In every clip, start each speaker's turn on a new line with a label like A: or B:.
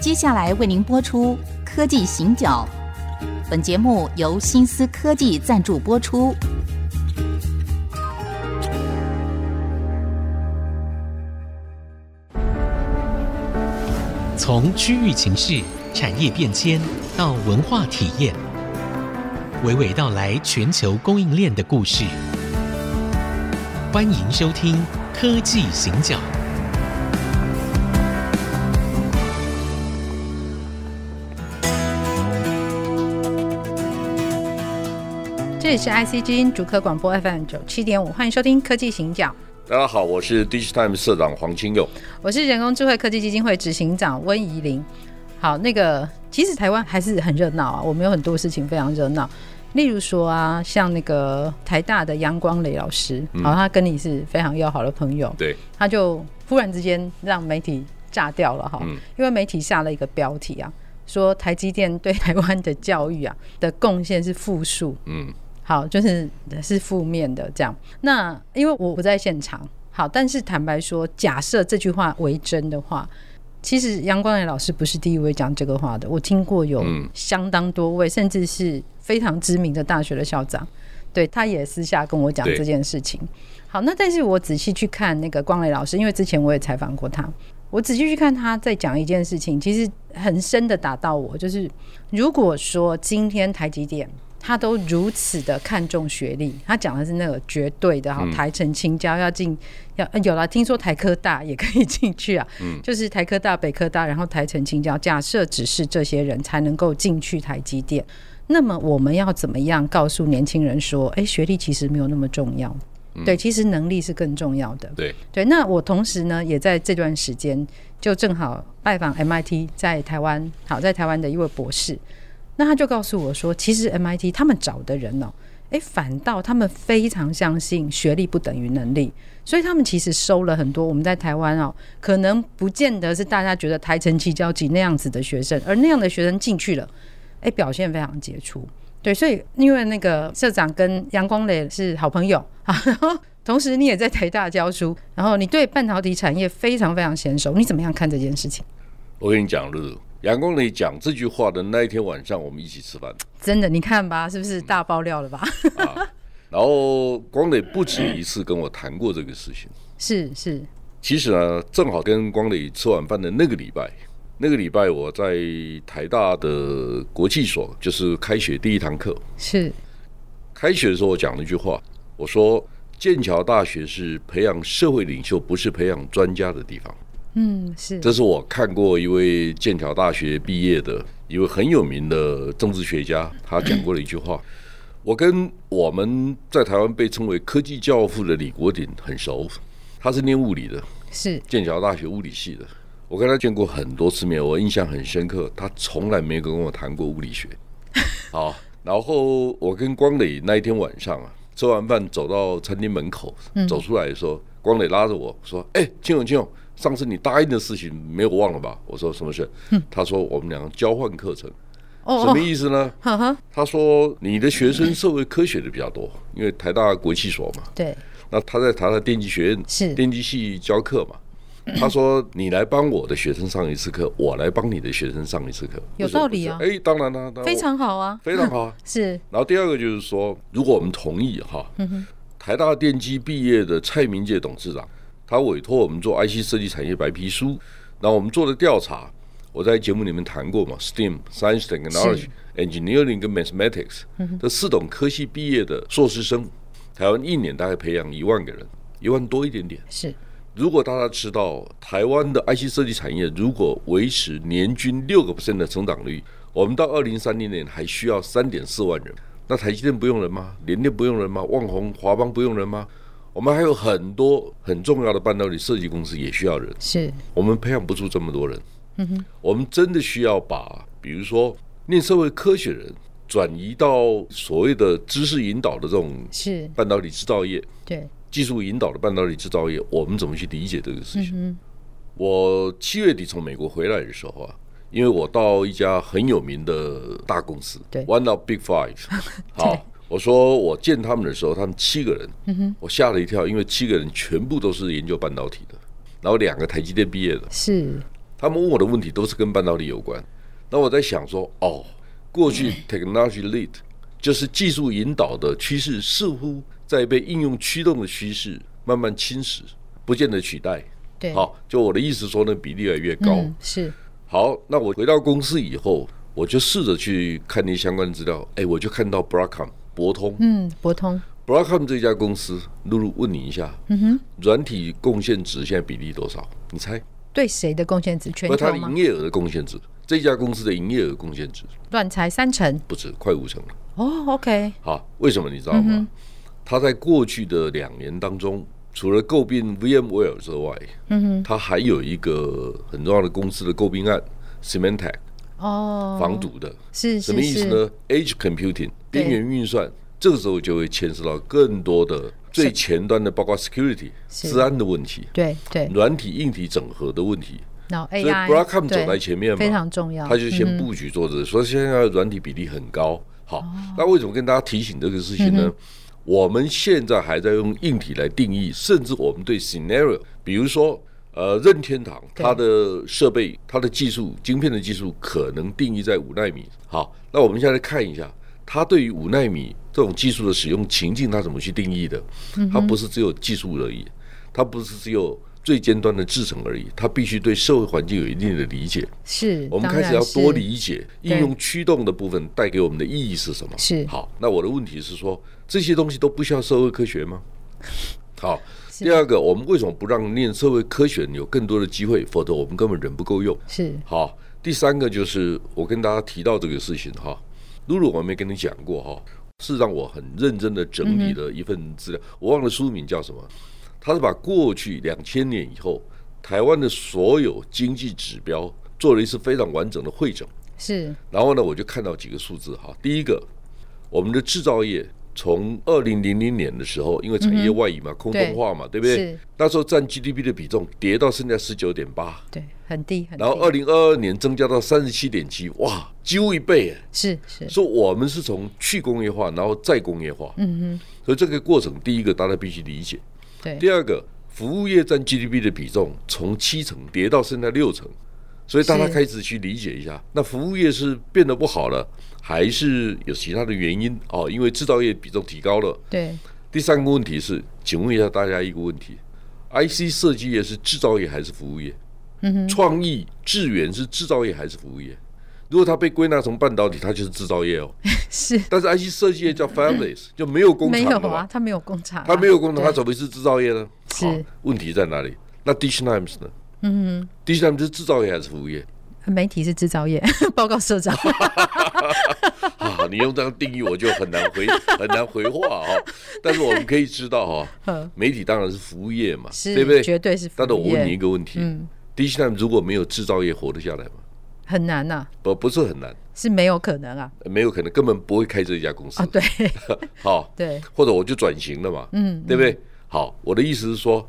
A: 接下来为您播出《科技行脚》，本节目由新思科技赞助播出。
B: 从区域情势、产业变迁到文化体验，娓娓道来全球供应链的故事。欢迎收听《科技行脚》。
C: 这里是 IC 之音主客广播 FM 九七点五，欢迎收听《科技行脚》。
D: 大家好，我是 Digitime 社长黄清佑。
C: 我是人工智慧科技基金会执行长温怡玲。好，那个其实台湾还是很热闹啊，我们有很多事情非常热闹，例如说啊，像那个台大的杨光磊老师，好、他跟你是非常要好的朋友，
D: 嗯对，
C: 他就忽然之间让媒体炸掉了哈，
D: 嗯
C: 因为媒体下了一个标题啊，说台积电对台湾的教育啊的贡献是负数，
D: 嗯，
C: 好，就是是负面的这样。那因为我不在现场，好，但是坦白说，假设这句话为真的话，其实杨光磊老师不是第一位讲这个话的，我听过有
D: 嗯
C: 相当多位，甚至是非常知名的大学的校长，对，他也私下跟我讲
D: 对
C: 这件事情。好，那但是我仔细去看那个光磊老师，因为之前我也采访过他，我仔细去看他在讲一件事情，其实很深的打到我，就是如果说今天台积电他都如此的看重学历，他讲的是那个绝对的哈，台城青椒要进要、呃有了，听说台科大也可以进去啊，就是台科大、北科大，然后台城青椒，假设只是这些人才能够进去台积电，那么我们要怎么样告诉年轻人说，哎，学历其实没有那么重要，对，其实能力是更重要的。
D: 对，
C: 对，那我同时呢，也在这段时间就正好拜访 MIT 在台湾，好在台湾的一位博士，那他就告诉我说，其实 MIT 他们找的人哦、诶，反倒他们非常相信学历不等于能力，所以他们其实收了很多我们在台湾哦，可能不见得是大家觉得台城七交级那样子的学生，而那样的学生进去了，诶，表现非常杰出。对，所以因为那个社长跟杨光磊是好朋友啊，然后同时你也在台大教书，然后你对半导体产业非常非常娴熟，你怎么样看这件事情？
D: 我跟你讲，露露，杨光磊讲这句话的那一天晚上，我们一起吃饭
C: 真的，你看吧，是不是大爆料了吧？
D: 啊。然后光磊不止一次跟我谈过这个事情。
C: 是是，
D: 其实呢，正好跟光磊吃晚饭的那个礼拜，那个礼拜我在台大的国际所，就是开学第一堂课。
C: 是
D: 开学的时候，我讲了一句话，我说剑桥大学是培养社会领袖，不是培养专家的地方。
C: 嗯是
D: 这是我看过一位剑桥大学毕业的一位很有名的政治学家，他讲过的一句话。我跟我们在台湾被称为科技教父的李国鼎很熟，他是念物理的，
C: 是
D: 剑桥大学物理系的。我跟他见过很多次面，我印象很深刻，他从来没有跟我谈过物理学。好，然后我跟光磊那一天晚上啊，吃完饭走到餐厅门口，走出来的时候，光磊拉着我说：“哎、庆勇，庆勇，上次你答应的事情没有忘了吧？”我说：“什么事？”他说：“我们两个交换课程，什
C: 哦
D: 么，意思呢？”
C: 呵呵，
D: 他说：“你的学生社会科学的比较多，因为台大国际所嘛。”
C: 对
D: 那他在台大电机学院
C: 是
D: 电机系教课嘛。他说：“你来帮我的学生上一次课，我来帮你的学生上一次课，
C: 有
D: 为什么
C: 道理啊
D: 不是哎，当然啦、当然
C: 非常好啊，
D: 非常好啊。
C: 是
D: 然后第二个就是说，如果我们同意哈，台大电机毕业的蔡明介董事长，他委托我们做 IC 设计产业白皮书，然后我们做的调查，我在节目里面谈过嘛，STEAM、Science Technology、Engineering 跟 Mathematics 这四种科系毕业的硕士生，台湾一年大概培养一万个人，一万多一点点。
C: 是
D: 如果大家知道台湾的 IC 设计产业如果维持年均六个 percent 的成长率，我们到二零三零年还需要三点四万人。那台积电不用人吗？联电不用人吗？旺宏、华邦不用人吗？我们还有很多很重要的半导体设计公司也需要人。
C: 是
D: 我们培养不出这么多人。我们真的需要把，比如说念社会科学人转移到所谓的知识引导的这种
C: 是，
D: 半导体制造业，
C: 对
D: 技术引导的半导体制造业，我们怎么去理解这个事情？我七月底从美国回来的时候啊，因为我到一家很有名的大公司，
C: 对
D: ，One of Big Five，好，我说我见他们的时候，他们七个人，我吓了一跳，因为七个人全部都是研究半导体的，然后两个台积电毕业的，
C: 是
D: 他他们问我的问题都是跟半导体有关。那我在想说，哦，过去 technology lead 就是技术引导的趋势，似乎在被应用驱动的趋势慢慢侵蚀，不见得取代。
C: 对，
D: 好，就我的意思说呢，比例越来越高。
C: 嗯，是
D: 好，那我回到公司以后，我就试着去看那些相关资料。哎，我就看到 Broadcom 博通、
C: 嗯，博通
D: Broadcom 这家公司，露露问你一下，嗯哼，软体贡献值现在比例多少？你猜？
C: 对谁的贡献值全
D: 和它
C: 球
D: 的
C: 吗
D: 营？业额的贡献值，这家公司的营业额贡献值
C: 乱才三成
D: 不止快五成了。
C: 哦，OK，
D: 好，为什么你知道
C: 嗯
D: 吗？它在过去的两年当中，除了诟病 VMware 之外，
C: 嗯哼，
D: 它还有一个很重要的公司的诟病案 s y m e n t e c
C: 哦，
D: 防毒的。
C: 是
D: 什么
C: 是
D: 意思
C: 是，
D: 呢？Edge computing
C: 对
D: 边缘运算，这个时候就会牵涉到更多的最前端的，包括 security
C: 是
D: 治安的问题、
C: 对对，
D: 软体硬体整合的问题。
C: 然后
D: 所以
C: AI
D: Broadcom 走
C: 对
D: 在前面嘛，
C: 非常重要，
D: 他就先
C: 嗯哦
D: 布局做这个，所以现在的软体比例很高。好，那为什么跟大家提醒这个事情
C: 嗯
D: 呢？我们现在还在用硬体来定义，甚至我们对 scenario，比如说呃任天堂
C: 对
D: 它的设备、它的技术、晶片的技术可能定义在五纳米。好，那我们现在来看一下，它对于五纳米这种技术的使用情境，它怎么去定义的？
C: 嗯
D: 它不是只有技术而已，它不是只有最尖端的制程而已，它必须对社会环境有一定的理解。
C: 是，
D: 我们
C: 当
D: 开始
C: 然
D: 要多
C: 是
D: 理解
C: 对
D: 应用驱动的部分带给我们的意义是什么。
C: 是
D: 好，那我的问题是说，这些东西都不需要社会科学吗？ 好，第二个，我们为什么不让念社会科学有更多的机会？否则我们根本人不够用。
C: 是
D: 好，第三个就是我跟大家提到这个事情哈，露露我没跟你讲过哈，是让我很认真的整理了一份资料，我忘了书名叫什么，他是把过去两千年以后台湾的所有经济指标做了一次非常完整的汇整，
C: 是
D: 然后呢，我就看到几个数字哈，第一个，我们的制造业。从二零零零年的时候，因为产业外移嘛，空
C: 嗯对
D: 洞化嘛，对不对
C: 是？
D: 那时候占 GDP 的比重跌到剩下十九点八，
C: 对，很低很低，
D: 然后二零二二年增加到三十七点七，哇，几乎一倍耶。
C: 是是
D: 说我们是从去工业化，然后再工业化，
C: 嗯哼，
D: 所以这个过程，第一个大家必须理解，
C: 对
D: 第二个服务业占 GDP 的比重从七成跌到现在六成，所以大家
C: 是
D: 开始去理解一下，那服务业是变得不好了，还是有其他的原因哦？因为制造业比重提高了。
C: 对
D: 第三个问题是，请问一下大家一个问题：IC 设计业是制造业还是服务业？嗯、创意智源是制造业还是服务业？如果它被归纳成半导体，它就是制造业哦。
C: 是
D: 但是 IC 设计业叫 fabless，就没有工
C: 没
D: 厂
C: 有
D: 了
C: 啊
D: 嘛，？
C: 他没有工厂啊，
D: 它没有工厂，
C: 对
D: 它怎么会是制造业呢？
C: 是
D: 好，问题在哪里？那 Dish Names 呢？嗯，Dish Names 是制造业还是服务业？
C: 媒体是制造业， 报告社 长
D: 啊，你用这样定义，我就很难回 很难回话哦。但是我们可以知道哈、
C: 嗯
D: 哦，媒体当然是服务业嘛，
C: 是
D: 对不对？
C: 绝对是服务业
D: 但是我问你一个问题：
C: 嗯
D: 第一阶段如果没有制造业活得下来吗？
C: 很难呐，
D: 不，不是很难，
C: 是没有可能啊
D: 没有可能，根本不会开这家公司
C: 啊，。对
D: 好、
C: 对
D: 或者我就转型了嘛，嗯，对不对？好，我的意思是说，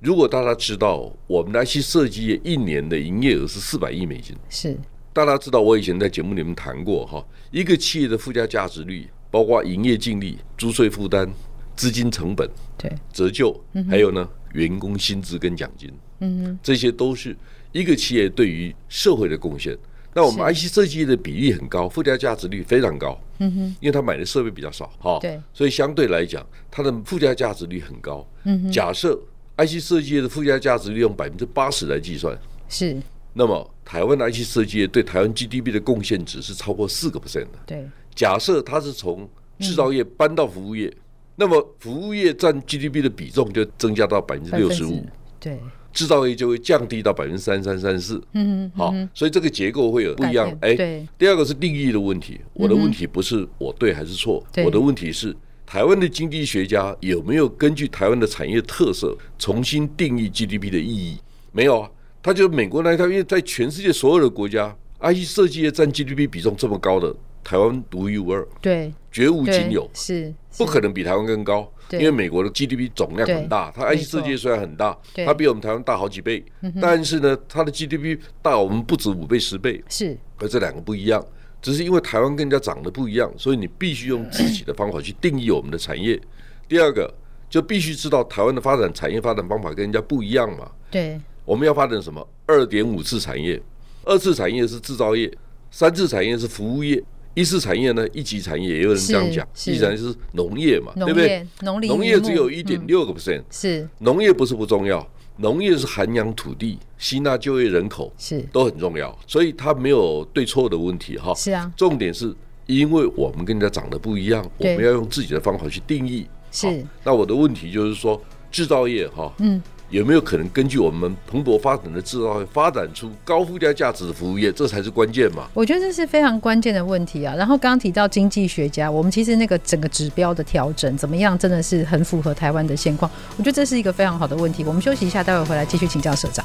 D: 如果大家知道我们的 IC 设计业一年的营业额是四百亿美金，
C: 是
D: 大家知道我以前在节目里面谈过哈，一个企业的附加价值率，包括营业净利、租税负担、资金成本、
C: 对
D: 折旧，
C: 嗯
D: 还有呢员工薪资跟奖金，嗯，这些都是一个企业对于社会的贡献。那我们 IC 设计业的比例很高，附加价值率非常高，嗯哼，因为他买的设备比较少，哈、
C: 对
D: 所以相对来讲，它的附加价值率很高。嗯哼，假设 IC 设计业的附加价值率用百分之八十来计算，
C: 是，
D: 那么台湾的 IC 设计业对台湾 GDP 的贡献值是超过四个 percent 的。
C: 对
D: 假设它是从制造业搬到服务业，那么服务业占 GDP 的比重就增加到百分之六十五
C: 5%，对
D: 制造业就会降低到百分之三三三四。嗯，好，所以这个结构会有不一样
C: 改。变
D: 哎，
C: 对
D: 第二个是定义的问题，我的问题不是我对还是错，
C: 嗯对
D: 我的问题是。台湾的经济学家有没有根据台湾的产业特色重新定义 GDP 的意义？没有啊，他就美国那一套，因为在全世界所有的国家，IC 设计业占 GDP 比重这么高的，台湾独一无二，
C: 对
D: 绝无
C: 对
D: 仅有。
C: 是
D: 不
C: 是
D: 可能比台湾更高，
C: 对
D: 因为美国的 GDP 总量很大，它
C: 对
D: IC 世界虽然很大
C: 对，嗯
D: 它比我们台湾大好几倍，但是呢，它的 GDP 大我们不止五倍十倍，
C: 是
D: 而这两个不一样，只是因为台湾跟人家长得不一样，所以你必须用自己的方法去定义我们的产业。第二个就必须知道台湾的发展产业发展方法跟人家不一样嘛，
C: 对
D: 我们要发展什么？二点五次产业，二次产业是制造业，三次产业是服务业，一次产业呢，一级产业也有人这样讲，
C: 是是
D: 一级产业是农业嘛，
C: 农
D: 对不对
C: 业？农林
D: 农
C: 渔
D: 业只有
C: 牧
D: 一点六个 percent，
C: 嗯是
D: 农业不是不重要，农业是涵养土地、吸纳就业人口
C: 是
D: 都很重要，所以它没有对错的问题哈。
C: 是啊
D: 重点是因为我们跟人家长得不一样，我
C: 对
D: 们要用自己的方法去定义。
C: 是
D: 好，那我的问题就是说，制造业哈，
C: 嗯，
D: 有没有可能根据我们蓬勃发展的制造业，发展出高附加价值的服务业？这才是关键嘛。
C: 我觉得这是非常关键的问题啊。然后刚刚提到经济学家，我们其实那个整个指标的调整怎么样，真的是很符合台湾的现况。我觉得这是一个非常好的问题。我们休息一下，待会回来继续请教社长。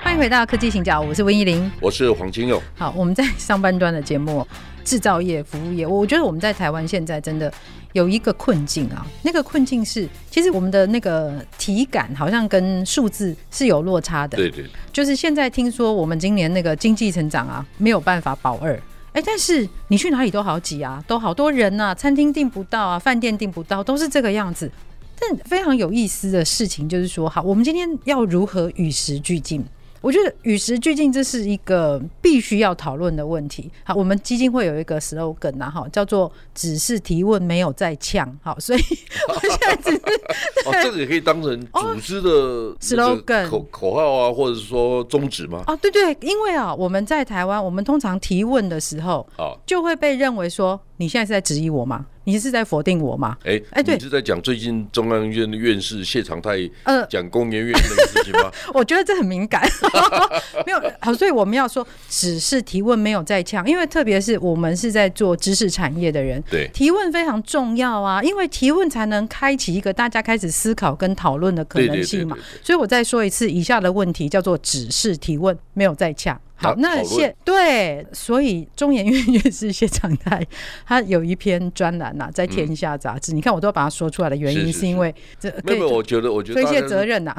C: 欢迎回到科技请教，我是温依玲。
D: 我是黄清 佑，
C: 好，我们在上半段的节目，制造业、服务业，我我觉得我们在台湾现在真的有一个困境啊。那个困境是，其实我们的那个体感好像跟数字是有落差的。
D: 对对，
C: 就是现在听说我们今年那个经济成长啊，没有办法保二。哎，但是你去哪里都好挤啊，都好多人呐、餐厅订不到啊，饭店订不到，都是这个样子。但非常有意思的事情就是说，好，我们今天要如何与时俱进？我觉得与时俱进这是一个必须要讨论的问题。好，我们基金会有一个 slogan 呐、啊，哈，叫做“只是提问，没有在呛”。好，所以我现在只是
D: 哦，这个也可以当成组织的那个
C: 哦 slogan
D: 口口号啊，或者是说宗旨吗？
C: 哦，对对，因为啊，我们在台湾，我们通常提问的时候，
D: 啊，
C: 就会被认为说你现在是在质疑我吗？你是在否定我吗？
D: 哎
C: 哎对
D: 你是在讲最近中央院的院士谢长泰
C: 呃
D: 讲工研院那个事情吗？
C: 我觉得这很敏感， 没有好，所以我们要说只是提问，没有在呛，因为特别是我们是在做知识产业的人，
D: 对
C: 提问非常重要啊，因为提问才能开启一个大家开始思考跟讨论的可能性嘛
D: 对对对对。
C: 所以我再说一次，以下的问题叫做只是提问，没有在呛。好
D: 好，
C: 那
D: 讨论
C: 谢对，所以中研院院士谢长泰他有一篇专栏呐、在《天下》杂志，你看我都要把它说出来的原因，
D: 嗯是是
C: 是因为这
D: 没
C: 对
D: 有，没有，我觉得，我觉得
C: 推
D: 大家
C: 卸责任呐、啊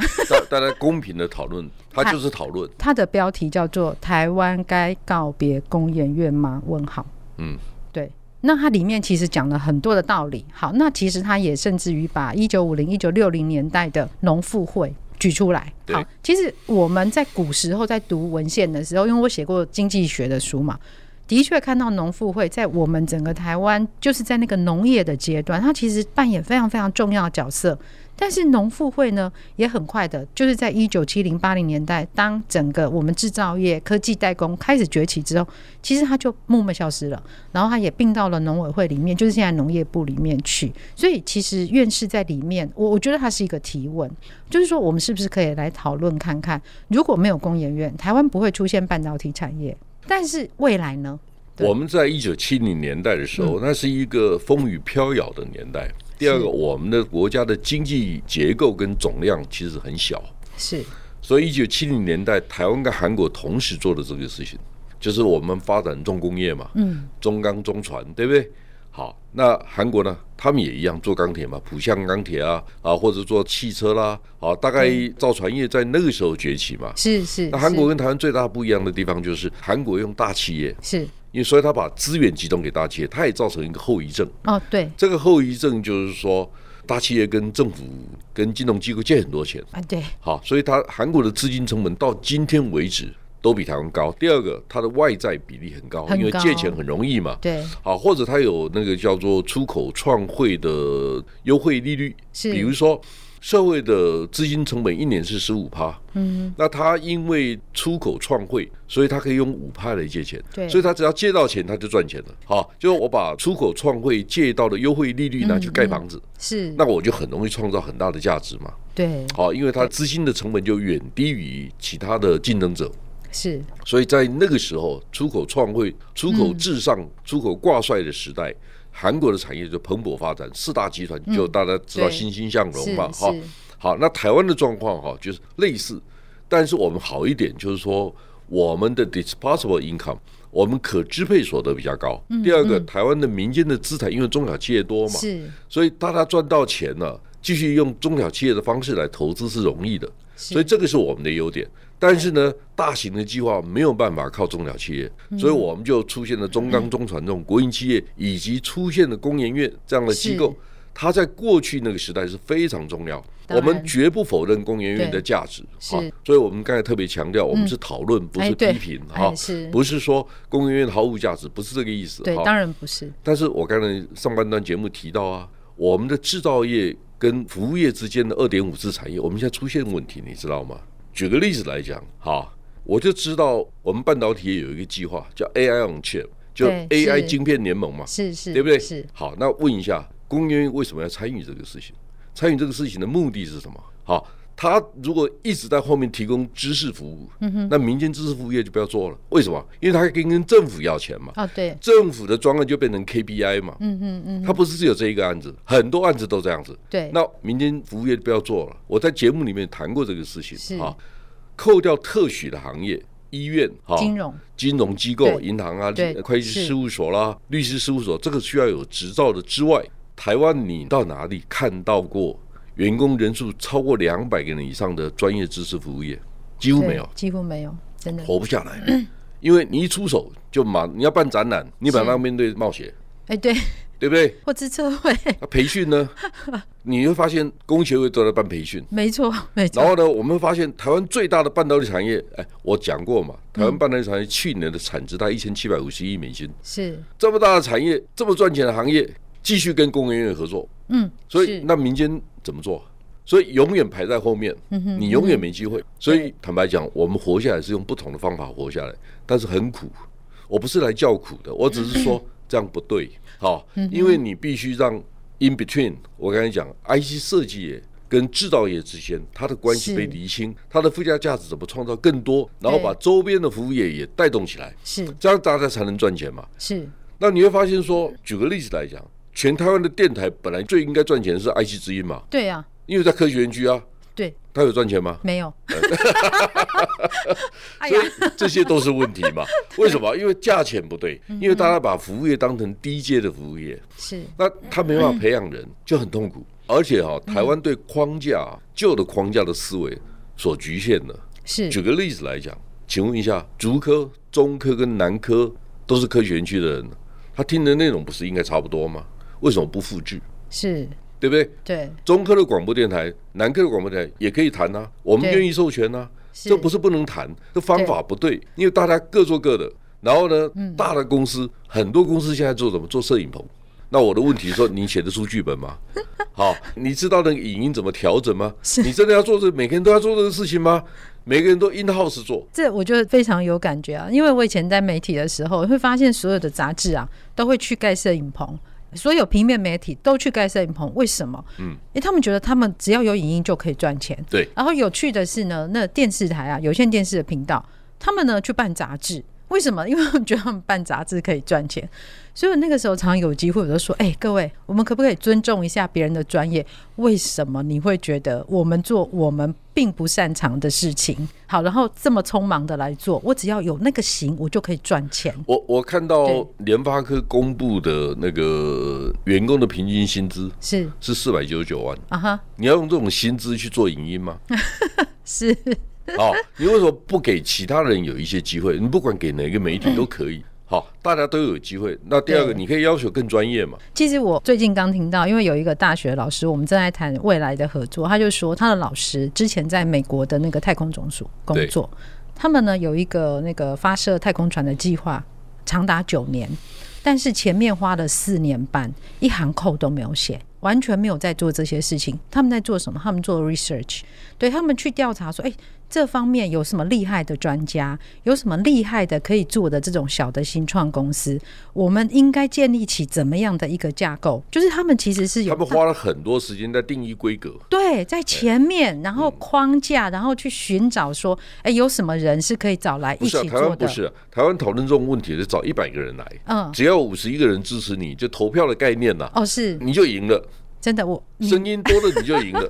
D: 大大家公平的讨论，它就是讨论。
C: 它的标题叫做《台湾该告别工研院吗？》问号。
D: 嗯，
C: 对。那它里面其实讲了很多的道理。好，那其实它也甚至于把一九五零、一九六零年代的农妇会举出来。
D: 对
C: 好，其实我们在古时候在读文献的时候，因为我写过经济学的书嘛，的确看到农妇会在我们整个台湾，就是在那个农业的阶段，它其实扮演非常非常重要的角色。但是农妇会呢，也很快的，就是在一九七零八零年代，当整个我们制造业、科技代工开始崛起之后，其实它就默默消失了。然后它也并到了农委会里面，就是现在农业部里面去。所以其实院士在里面，我我觉得它是一个提问，就是说我们是不是可以来讨论看看，如果没有工研院，台湾不会出现半导体产业，但是未来呢？对
D: 我们在一九七零年代的时候，那是一个风雨飘摇的年代。第二个，我们的国家的经济结构跟总量其实很小，
C: 是
D: 所以一九七零年代，台湾跟韩国同时做的这个事情，就是我们发展重工业嘛，嗯，中钢、中船，对不对？好，那韩国呢？他们也一样做钢铁嘛，浦项钢铁啊，啊，或者做汽车啦，啊，大概造船业在那个时候崛起嘛。
C: 是是，
D: 那韩国跟台湾最大不一样的地方就是，韩国用大企业，
C: 是是
D: 因为所以他把资源集中给大企业，它也造成一个后遗症。
C: 哦，对
D: 这个后遗症就是说，大企业跟政府、跟金融机构借很多钱，
C: 啊，对
D: 好，所以它韩国的资金成本到今天为止都比台湾高。第二个，它的外债比例很高，
C: 很高
D: 因为借钱很容易嘛。
C: 对
D: 好，或者它有那个叫做出口创汇的优惠利率，
C: 是
D: 比如说社会的资金成本一年是十五趴，嗯，那它因为出口创汇，所以它可以用五趴来借钱，
C: 对
D: 所以它只要借到钱，它就赚钱了。好，就是我把出口创汇借到的优惠利率拿去盖房子，
C: 嗯是，
D: 那我就很容易创造很大的价值嘛。
C: 对
D: 好，因为它资金的成本就远低于其他的竞争者，
C: 是
D: 所以在那个时候，出口创汇、出口至上、出口挂帅的时代，韩国的产业就蓬勃发展，四大集团就大家知道
C: 嗯对
D: 欣欣向荣
C: 是
D: 嘛，哈
C: 是。
D: 好，那台湾的状况哈，就是类似，但是我们好一点，就是说我们的 disposable income。我们可支配所得比较高。第二个，台湾的民间的资产，因为中小企业多嘛，
C: 是
D: 所以大家赚到钱了、继续用中小企业的方式来投资是容易的。所以这个是我们的优点。但是呢，大型的计划没有办法靠中小企业，
C: 嗯
D: 所以我们就出现了中钢、中船这种国营企业，以及出现了工研院这样的机构
C: 是。
D: 它在过去那个时代是非常重要，
C: 当然
D: 我们绝不否认工研院的价值
C: 是
D: 所以我们刚才特别强调，我们是讨论，不
C: 哎
D: 是
C: 对
D: 批评
C: 哎
D: 哈
C: 是，
D: 不是说工研院毫无价值，不是这个意思
C: 对，
D: 哈
C: 当然不是，
D: 但是我刚才上半段节目提到啊，我们的制造业跟服务业之间的二点五次产业，我们现在出现问题，你知道吗？举个例子来讲，哈，我就知道我们半导体业有一个计划叫 AI on chip，就
C: 对
D: AI
C: 是
D: 晶片联盟嘛，
C: 是是，
D: 对不对？
C: 是
D: 好，那问一下，工研院为什么要参与这个事情？参与这个事情的目的是什么？好，他如果一直在后面提供知识服务，
C: 嗯
D: 那民间知识服务业就不要做了。为什么？因为他可以跟政府要钱嘛。
C: 哦，对，
D: 政府的专案就变成 KPI 嘛，
C: 嗯嗯嗯，
D: 它不是只有这一个案子，很多案子都这样子。
C: 对，
D: 那民间服务业不要做了，我在节目里面谈过这个事
C: 是
D: 情啊，扣掉特许的行业，医院哈。
C: 金融
D: 金融机构、
C: 对
D: 银行啊
C: 对、
D: 会
C: 是
D: 计事务所啦、律师事务所，这个需要有执照的之外，台湾你到哪里看到过员工人数超过两百个人以上的专业知识服务业？几乎
C: 对
D: 没有。
C: 几乎没有，真的。
D: 活不下来，因为你一出手就马，你要办展览，你马上面对冒险，
C: 哎，对，
D: 对不对？
C: 或自测会，
D: 那培训呢？你会发现工协会都在办培训，
C: 没错，没
D: 然
C: 错，
D: 后呢，我们会发现台湾最大的半导体产业，哎，我讲过嘛，台湾半导体产业去年的产值大概一千七百五十亿美金，
C: 是，
D: 这么大的产业，这么赚钱的行业，继续跟工研院合作，
C: 嗯，
D: 所以
C: 是
D: 那民间怎么做？所以永远排在后面，
C: 嗯
D: 你永远没机会。所以坦白讲，我们活下来是用不同的方法活下来，但是很苦。我不是来叫苦的，我只是 说这样不对，好，
C: 嗯
D: 因为你必须让 in between。我刚才讲，IC 设计业跟制造业之间它的关系
C: 是
D: 被厘清，它的附加价值怎么创造更多，然后
C: 对
D: 把周边的服务业也带动起来，
C: 是
D: 这样大家才能赚钱嘛。
C: 是，
D: 那你会发现说，举个例子来讲，全台湾的电台本来最应该赚钱的是 IC 之音嘛，
C: 对啊，
D: 因为在科学园区啊，
C: 对，
D: 它有赚钱吗？
C: 没有。哎呀
D: 所，以这些都是问题 嘛？为什么？因为价钱不对，
C: 嗯
D: 因为大家把服务业当成低阶的服务业，
C: 是
D: 那他没办法培养人，
C: 嗯
D: 就很痛苦。而且哈、台湾对框架啊旧的框架的思维所局限了。
C: 是
D: 举个例子来讲，请问一下，竹科、中科跟南科都是科学园区的人，他听的内容不是应该差不多吗？为什么不复制？
C: 是，
D: 对不对？
C: 对，
D: 中科的广播电台、南科的广播电台也可以谈啊，我们
C: 对
D: 愿意授权啊，
C: 是
D: 这不是不能谈，这方法不对，因为大家各做各的。然后呢，大的公司很多公司现在做什么？做摄影棚。那我的问题说，你写得出剧本吗？好，你知道那个影音怎么调整吗？你真的要做这，每个人都要做这个事情吗？每个人都 in house 做，
C: 这我就非常有感觉啊，因为我以前在媒体的时候，会发现所有的杂志啊都会去盖摄影棚，所有平面媒体都去盖摄影棚，为什么？嗯，因为他们觉得他们只要有影音就可以赚钱。
D: 对
C: 然后有趣的是呢，那电视台啊，有线电视的频道，他们呢去办杂志，为什么？ 因为他们觉得他们办杂志可以赚钱。所以我那个时候常有机会，我就说：“哎、各位，我们可不可以尊重一下别人的专业？为什么你会觉得我们做我们并不擅长的事情，好，然后这么匆忙的来做？我只要有那个型，我就可以赚钱。
D: 我我看到
C: 对
D: 联发科公布的那个员工的平均薪资
C: 是
D: 是四百九十九万，
C: 啊哈，
D: 你要用这种薪资去做影音吗？
C: 是
D: 好，你为什么不给其他人有一些机会？你不管给哪个媒体都可以。好，大家都有机会。那第二个，
C: 嗯对
D: 你可以要求更专业嘛？
C: 其实我最近刚听到，因为有一个大学老师，我们正在谈未来的合作，他就说他的老师之前在美国的那个太空总署工作，他们呢有一个那个发射太空船的计划，长达九年，但是前面花了四年半，一行扣都没有写。完全没有在做这些事情，他们在做什么？他们做 research，对他们去调查说，哎、这方面有什么厉害的专家，有什么厉害的可以做的这种小的新创公司，我们应该建立起怎么样的一个架构？就是他们其实是有
D: 他们花了很多时间在定义规格。
C: 对，在前面，然后框
D: 嗯
C: 架，然后去寻找说，哎、有什么人是可以找来
D: 不
C: 一
D: 是、啊、
C: 起
D: 台
C: 做
D: 湾
C: 的？
D: 不是、啊，台湾讨论这种问题是找一百个人来，
C: 嗯，
D: 只要五十一个人支持你，就投票的概念呐、
C: 哦，是
D: 你就赢了。
C: 真的，我你
D: 声音多了你就赢 了。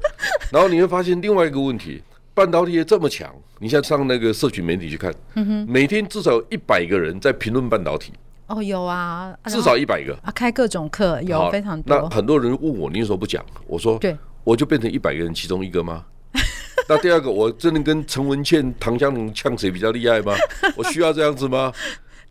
D: 然后你会发现另外一个问题，半导体业这么强，你像上那个社群媒体去看，
C: 嗯
D: 每天至少有一百个人在评论半导体，
C: 哦有啊，然后
D: 至少一百个。
C: 啊开各种课有
D: 好
C: 非常
D: 那
C: 多，
D: 很多人问我，你为什么不讲？我说，
C: 对，
D: 我就变成一百个人其中一个吗？ 那第二个，我真的跟陈文茜、唐湘龙呛谁比较 厉害吗？我需要这样子吗？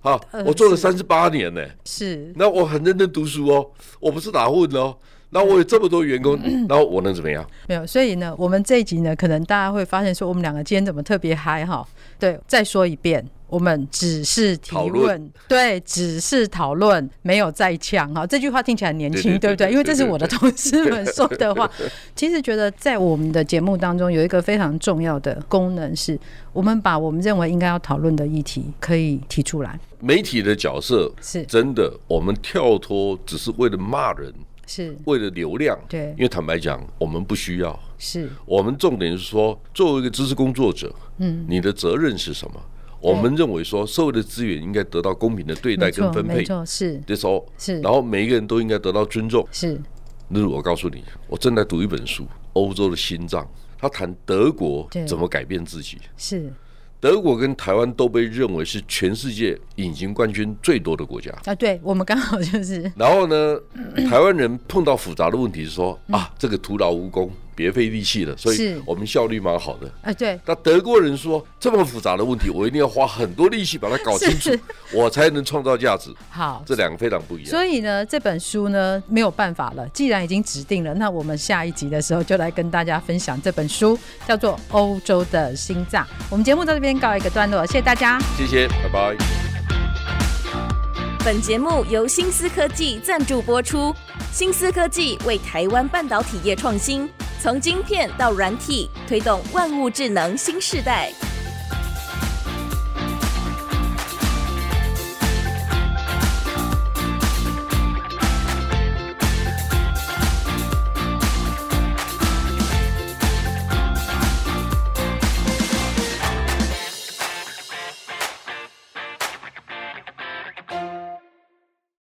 D: 好，
C: 呃
D: 我做了三十八年呢、
C: 是
D: 那我很认真读书哦，我不是打混的哦。那我有这么多 员工，然后我能怎么样？
C: 没有，所以呢，我们这一集呢，可能大家会发现说，我们两个今天怎么特别嗨哈？对，再说一遍，我们只是提
D: 讨
C: 问
D: 论，
C: 对，只是讨论，没有再呛哈。这句话听起来很年轻，
D: 对对
C: 对不对？
D: 对
C: 因为这是我的同事们说的 话。其实觉得在我们的节目当中有一个非常重要的功能是，我们把我们认为应该要讨论的议题可以提出来，
D: 媒体的角色
C: 是
D: 真的，我们跳脱只是为了骂人，
C: 是
D: 为了流量。
C: 对
D: 因为坦白讲，我们不需要。
C: 是
D: 我们重点是说，作为一个知识工作者，嗯，你的责任是什么？我们认为说，所有的资源应该得到公平的对待
C: 没错
D: 跟分
C: 没
D: 配，
C: 错，是
D: 这时候
C: 是
D: 然后每一个人都应该得到尊重。
C: 是
D: 那我告诉你，我正在读一本书《欧洲的心脏》，他谈德国
C: 嗯对
D: 怎么改变自己。
C: 是
D: 德国跟台湾都被认为是全世界隐形冠军最多的国家。
C: 啊，对我们刚好就是
D: 然 后呢，台湾人碰到复杂的问题是说啊，这个徒劳无功，别费力气了，所
C: 嗯
D: 以
C: 是
D: 我们效率蛮好的。
C: 啊，对
D: 那德国人说，这么复杂的问题，我一定要花很多力气把它搞清楚
C: 是，
D: 我才能创造价值。
C: 好
D: 这啊两个非常不一样。
C: 所以呢，这本书呢没有办法了，既然已经指定了，那我们下一集的时候就来跟大家分享这本书，叫做《欧洲的心脏》。我们节目到这边告一个段落，谢谢大家。
D: 谢谢，拜拜。
E: 本节目由新思科技赞助播出。新思科技为台湾半导体业创新，从晶片到软体，推动万物智能新时代。